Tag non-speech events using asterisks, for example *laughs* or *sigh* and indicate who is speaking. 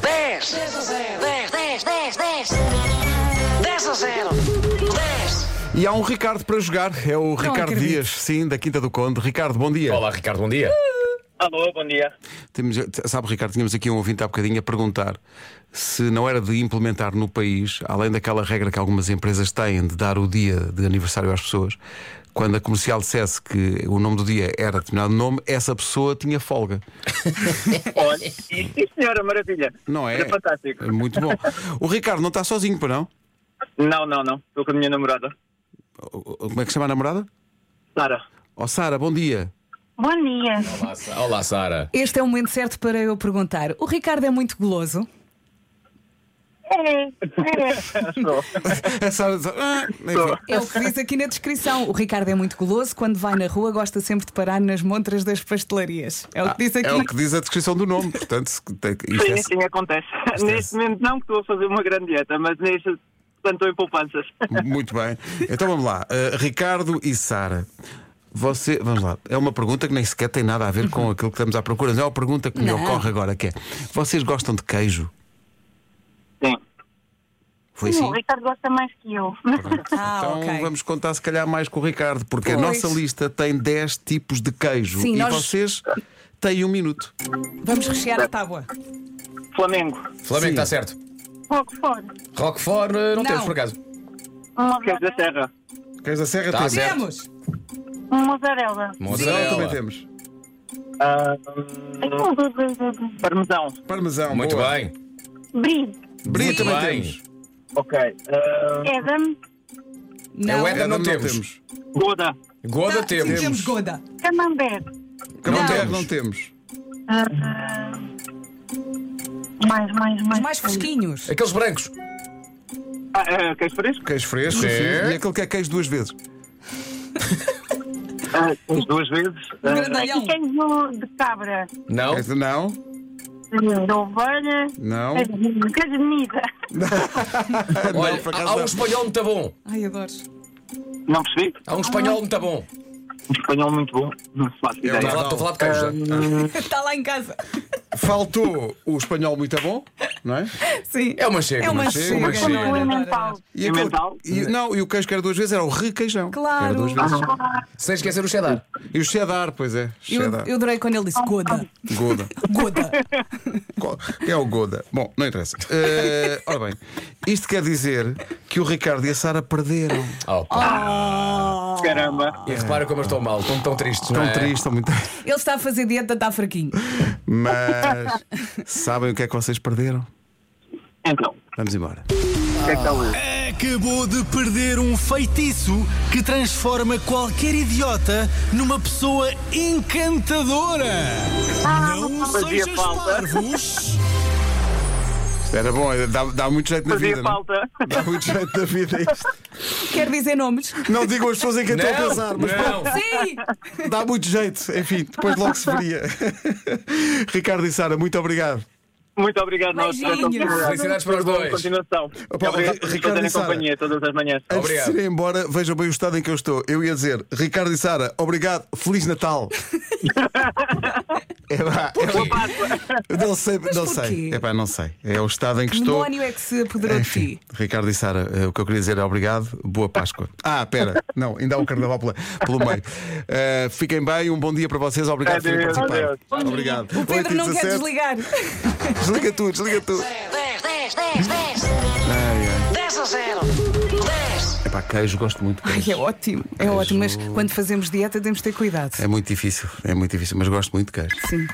Speaker 1: 10, 10 a 0. 10, 10, 10, 10. 10 a 0. 10.
Speaker 2: E há um Ricardo para jogar. É o Ricardo
Speaker 3: acredito.
Speaker 2: Dias, sim, da Quinta do Conde. Ricardo, bom dia.
Speaker 4: Olá, Ricardo, bom dia.
Speaker 5: Alô, bom dia.
Speaker 2: Temos- sabe, Ricardo, tínhamos aqui um ouvinte há bocadinho a perguntar se não era de implementar no país, além daquela regra que algumas empresas têm de dar o dia de aniversário às pessoas, quando a comercial dissesse que o nome do dia era determinado nome, essa pessoa tinha folga.
Speaker 5: Olha, e sim, senhora, maravilha.
Speaker 2: Não é?
Speaker 5: Era fantástico.
Speaker 2: É muito
Speaker 3: *laughs*
Speaker 2: bom. O Ricardo não está sozinho, para não?
Speaker 5: Não, não, não. Estou com a minha namorada,
Speaker 2: O- o- Como é que se chama a namorada? *laughs*
Speaker 5: Sara.
Speaker 2: Ó Sara, bom
Speaker 3: *laughs*
Speaker 2: dia.
Speaker 6: Bom dia.
Speaker 4: Olá, Sa- Olá, Sara.
Speaker 3: Este é o momento certo para eu perguntar. O Ricardo é muito goloso.
Speaker 6: É, é.
Speaker 5: Sou.
Speaker 2: A Sara. Ah, enfim.
Speaker 3: É o que diz aqui na descrição. O Ricardo é muito goloso. Quando vai na rua, gosta sempre de parar nas montras das pastelarias. É o que diz aqui.
Speaker 2: É o que diz a descrição do nome, portanto, se- tem- isto
Speaker 5: Sim,
Speaker 2: é-
Speaker 5: sim, acontece. Neste momento não que estou a fazer uma grande dieta, mas neste portanto, estou em poupanças.
Speaker 2: Muito bem. Então vamos lá. Uh, Ricardo e Sara. Você, vamos lá, é uma pergunta que nem sequer tem nada a ver com aquilo que estamos à procura. mas É uma pergunta que me
Speaker 3: Não.
Speaker 2: ocorre agora que é: vocês gostam de queijo?
Speaker 5: Sim.
Speaker 2: Foi
Speaker 6: Não,
Speaker 2: assim?
Speaker 6: o Ricardo gosta mais que eu.
Speaker 3: Ah,
Speaker 2: então
Speaker 3: ok.
Speaker 2: vamos contar se calhar mais com o Ricardo, porque a
Speaker 3: Pois.
Speaker 2: nossa lista tem 10 tipos de queijo
Speaker 3: Sim,
Speaker 2: e
Speaker 3: nós-
Speaker 2: vocês têm um minuto.
Speaker 3: Vamos rechear a tábua.
Speaker 5: Flamengo.
Speaker 4: Flamengo está certo.
Speaker 6: Pouco fora.
Speaker 4: Roquefort, eh,
Speaker 3: Não.
Speaker 4: não, temos por acaso.
Speaker 5: Queijo é da
Speaker 6: Mozzarella.
Speaker 5: Serra.
Speaker 2: Queijo da Serra
Speaker 4: Tá
Speaker 2: temos.
Speaker 4: certo.
Speaker 3: Temos!
Speaker 6: Mozzarella.
Speaker 2: Não, também
Speaker 4: Mozzarella.
Speaker 2: temos.
Speaker 5: Ah,
Speaker 6: Hum.
Speaker 5: parmesão.
Speaker 2: Parmesão.
Speaker 4: Muito
Speaker 2: boa.
Speaker 4: bem.
Speaker 6: Brie.
Speaker 2: Brie
Speaker 4: Muito
Speaker 2: também
Speaker 4: bem.
Speaker 2: temos.
Speaker 5: Ok. Ah,
Speaker 6: Edam.
Speaker 4: É
Speaker 3: Não.
Speaker 4: o Éder, não,
Speaker 2: Não
Speaker 4: temos.
Speaker 2: temos.
Speaker 5: Goda.
Speaker 4: Goda
Speaker 3: Tá,
Speaker 4: temos.
Speaker 3: Sim, temos Goda.
Speaker 6: Camembert.
Speaker 2: Não
Speaker 4: temos.
Speaker 2: não temos.
Speaker 6: Ah, mais, mais,
Speaker 3: Os
Speaker 6: mais.
Speaker 3: mais fresquinhos.
Speaker 4: Aqueles brancos.
Speaker 5: Ah, ah, queijo fresco?
Speaker 2: Queijo fresco.
Speaker 4: Sim.
Speaker 2: sim. E aquele que é queijo duas vezes.
Speaker 5: Ah, queijo duas vezes.
Speaker 3: Um
Speaker 5: Ah,
Speaker 3: grandalhão.
Speaker 6: E queijo de cabra.
Speaker 4: Não.
Speaker 2: Queijo- Não.
Speaker 6: De ovelha.
Speaker 2: Não.
Speaker 6: Queijo de- Queijo de nida.
Speaker 4: Olha,
Speaker 2: *laughs* Não, por acaso
Speaker 4: há, há um
Speaker 2: não.
Speaker 4: espanhol muito bom.
Speaker 3: Ai, adoro.
Speaker 5: Não percebi?
Speaker 4: Há um espanhol muito bom.
Speaker 5: Um espanhol muito bom. Não se
Speaker 2: É
Speaker 5: faz
Speaker 4: Estou a
Speaker 5: ideia.
Speaker 4: falar- estou a falar de queijo.
Speaker 2: Ehm,
Speaker 4: já.
Speaker 3: Está lá em casa.
Speaker 2: Faltou o espanhol muito bom, não é?
Speaker 3: Sim.
Speaker 4: É uma chega.
Speaker 3: É uma
Speaker 4: chega,
Speaker 3: chega.
Speaker 4: chega.
Speaker 3: Não, é?
Speaker 6: O
Speaker 3: adoro,
Speaker 6: emmental.
Speaker 3: adoro.
Speaker 2: E,
Speaker 5: mental?
Speaker 2: e- não, e o queijo que era duas vezes era o requeijão.
Speaker 3: Claro.
Speaker 2: Era duas vezes.
Speaker 4: Sem esquecer o cheddar.
Speaker 2: E o cheddar, pois é.
Speaker 3: Eu,
Speaker 2: Cheddar.
Speaker 3: eu adorei quando ele disse Goda.
Speaker 2: Goda.
Speaker 3: Goda.
Speaker 2: Qual- É o Goda. Bom, não interessa. Eh, ora bem, isto quer dizer que o Ricardo e a Sara perderam.
Speaker 4: Oh, pá.
Speaker 5: Caramba.
Speaker 4: E repara como eu estou mal. Estão tão tristes,
Speaker 2: Estão
Speaker 4: não é?
Speaker 2: tristes, estão muito.
Speaker 3: Ele está a fazer dieta, está fraquinho.
Speaker 2: Mas
Speaker 3: *laughs*
Speaker 2: sabem o que é que vocês perderam?
Speaker 5: Então,
Speaker 2: Vamos embora.
Speaker 5: o que é que está hoje?
Speaker 2: Ah,
Speaker 7: Acabou de perder um feitiço que transforma qualquer idiota numa pessoa encantadora. Não
Speaker 5: Ah, fazia
Speaker 7: sejas
Speaker 5: falta.
Speaker 7: parvos.
Speaker 2: Era bom, dá, dá muito jeito na é vida.
Speaker 5: Fazia
Speaker 2: não?
Speaker 5: falta.
Speaker 2: Dá muito jeito na vida isto.
Speaker 3: Quer dizer nomes?
Speaker 2: Não digam as pessoas em quem estou a pensar,
Speaker 4: Não,
Speaker 2: mas pronto.
Speaker 4: não.
Speaker 3: Sim!
Speaker 2: Dá muito jeito, enfim, depois logo se
Speaker 3: *laughs*
Speaker 2: veria. Ricardo e Sara, muito obrigado.
Speaker 5: Muito obrigado, nós.
Speaker 3: Beijinhos.
Speaker 4: Felicidades para os
Speaker 5: Boa
Speaker 4: dois.
Speaker 5: continuação.
Speaker 2: Opa,
Speaker 5: obrigado
Speaker 2: Ricardo
Speaker 5: por nos
Speaker 2: e
Speaker 5: fazerem
Speaker 2: Sara.
Speaker 5: companhia todas as manhãs.
Speaker 2: Antes de
Speaker 4: Obrigado.
Speaker 2: se irem embora, vejam bem o estado em que eu estou. Eu ia dizer, Ricardo e Sara, obrigado, Feliz
Speaker 3: *laughs*
Speaker 2: Natal. é pá, eu não sei, não sei.
Speaker 3: porquê?
Speaker 2: É pá, não sei. É o estado em que
Speaker 3: Que
Speaker 2: estou.
Speaker 3: demónio é que se apoderou de
Speaker 2: Enfim,
Speaker 3: ti?
Speaker 2: Ricardo e Sara, eh, o que eu queria dizer é obrigado, boa
Speaker 3: *laughs*
Speaker 2: Páscoa. Ah, pera, não, ainda há um carnaval pela- pelo, meio. Eh, fiquem bem, um bom dia para vocês, obrigado por terem
Speaker 5: Adeus,
Speaker 2: participado.
Speaker 5: adeus.
Speaker 2: Obrigado.
Speaker 3: O Pedro não quer
Speaker 2: 8h17.
Speaker 3: desligar.
Speaker 2: Desliga tu, desliga tu.
Speaker 1: 10, 10, 10, 10. 10 a 0. 10.
Speaker 2: É pá, queijo, gosto muito de
Speaker 3: Ai,
Speaker 2: queijo.
Speaker 3: é ótimo, é ótimo, mas quando fazemos dieta temos de ter cuidado.
Speaker 2: É muito difícil, é muito difícil, mas gosto muito de queijo.
Speaker 3: Sim.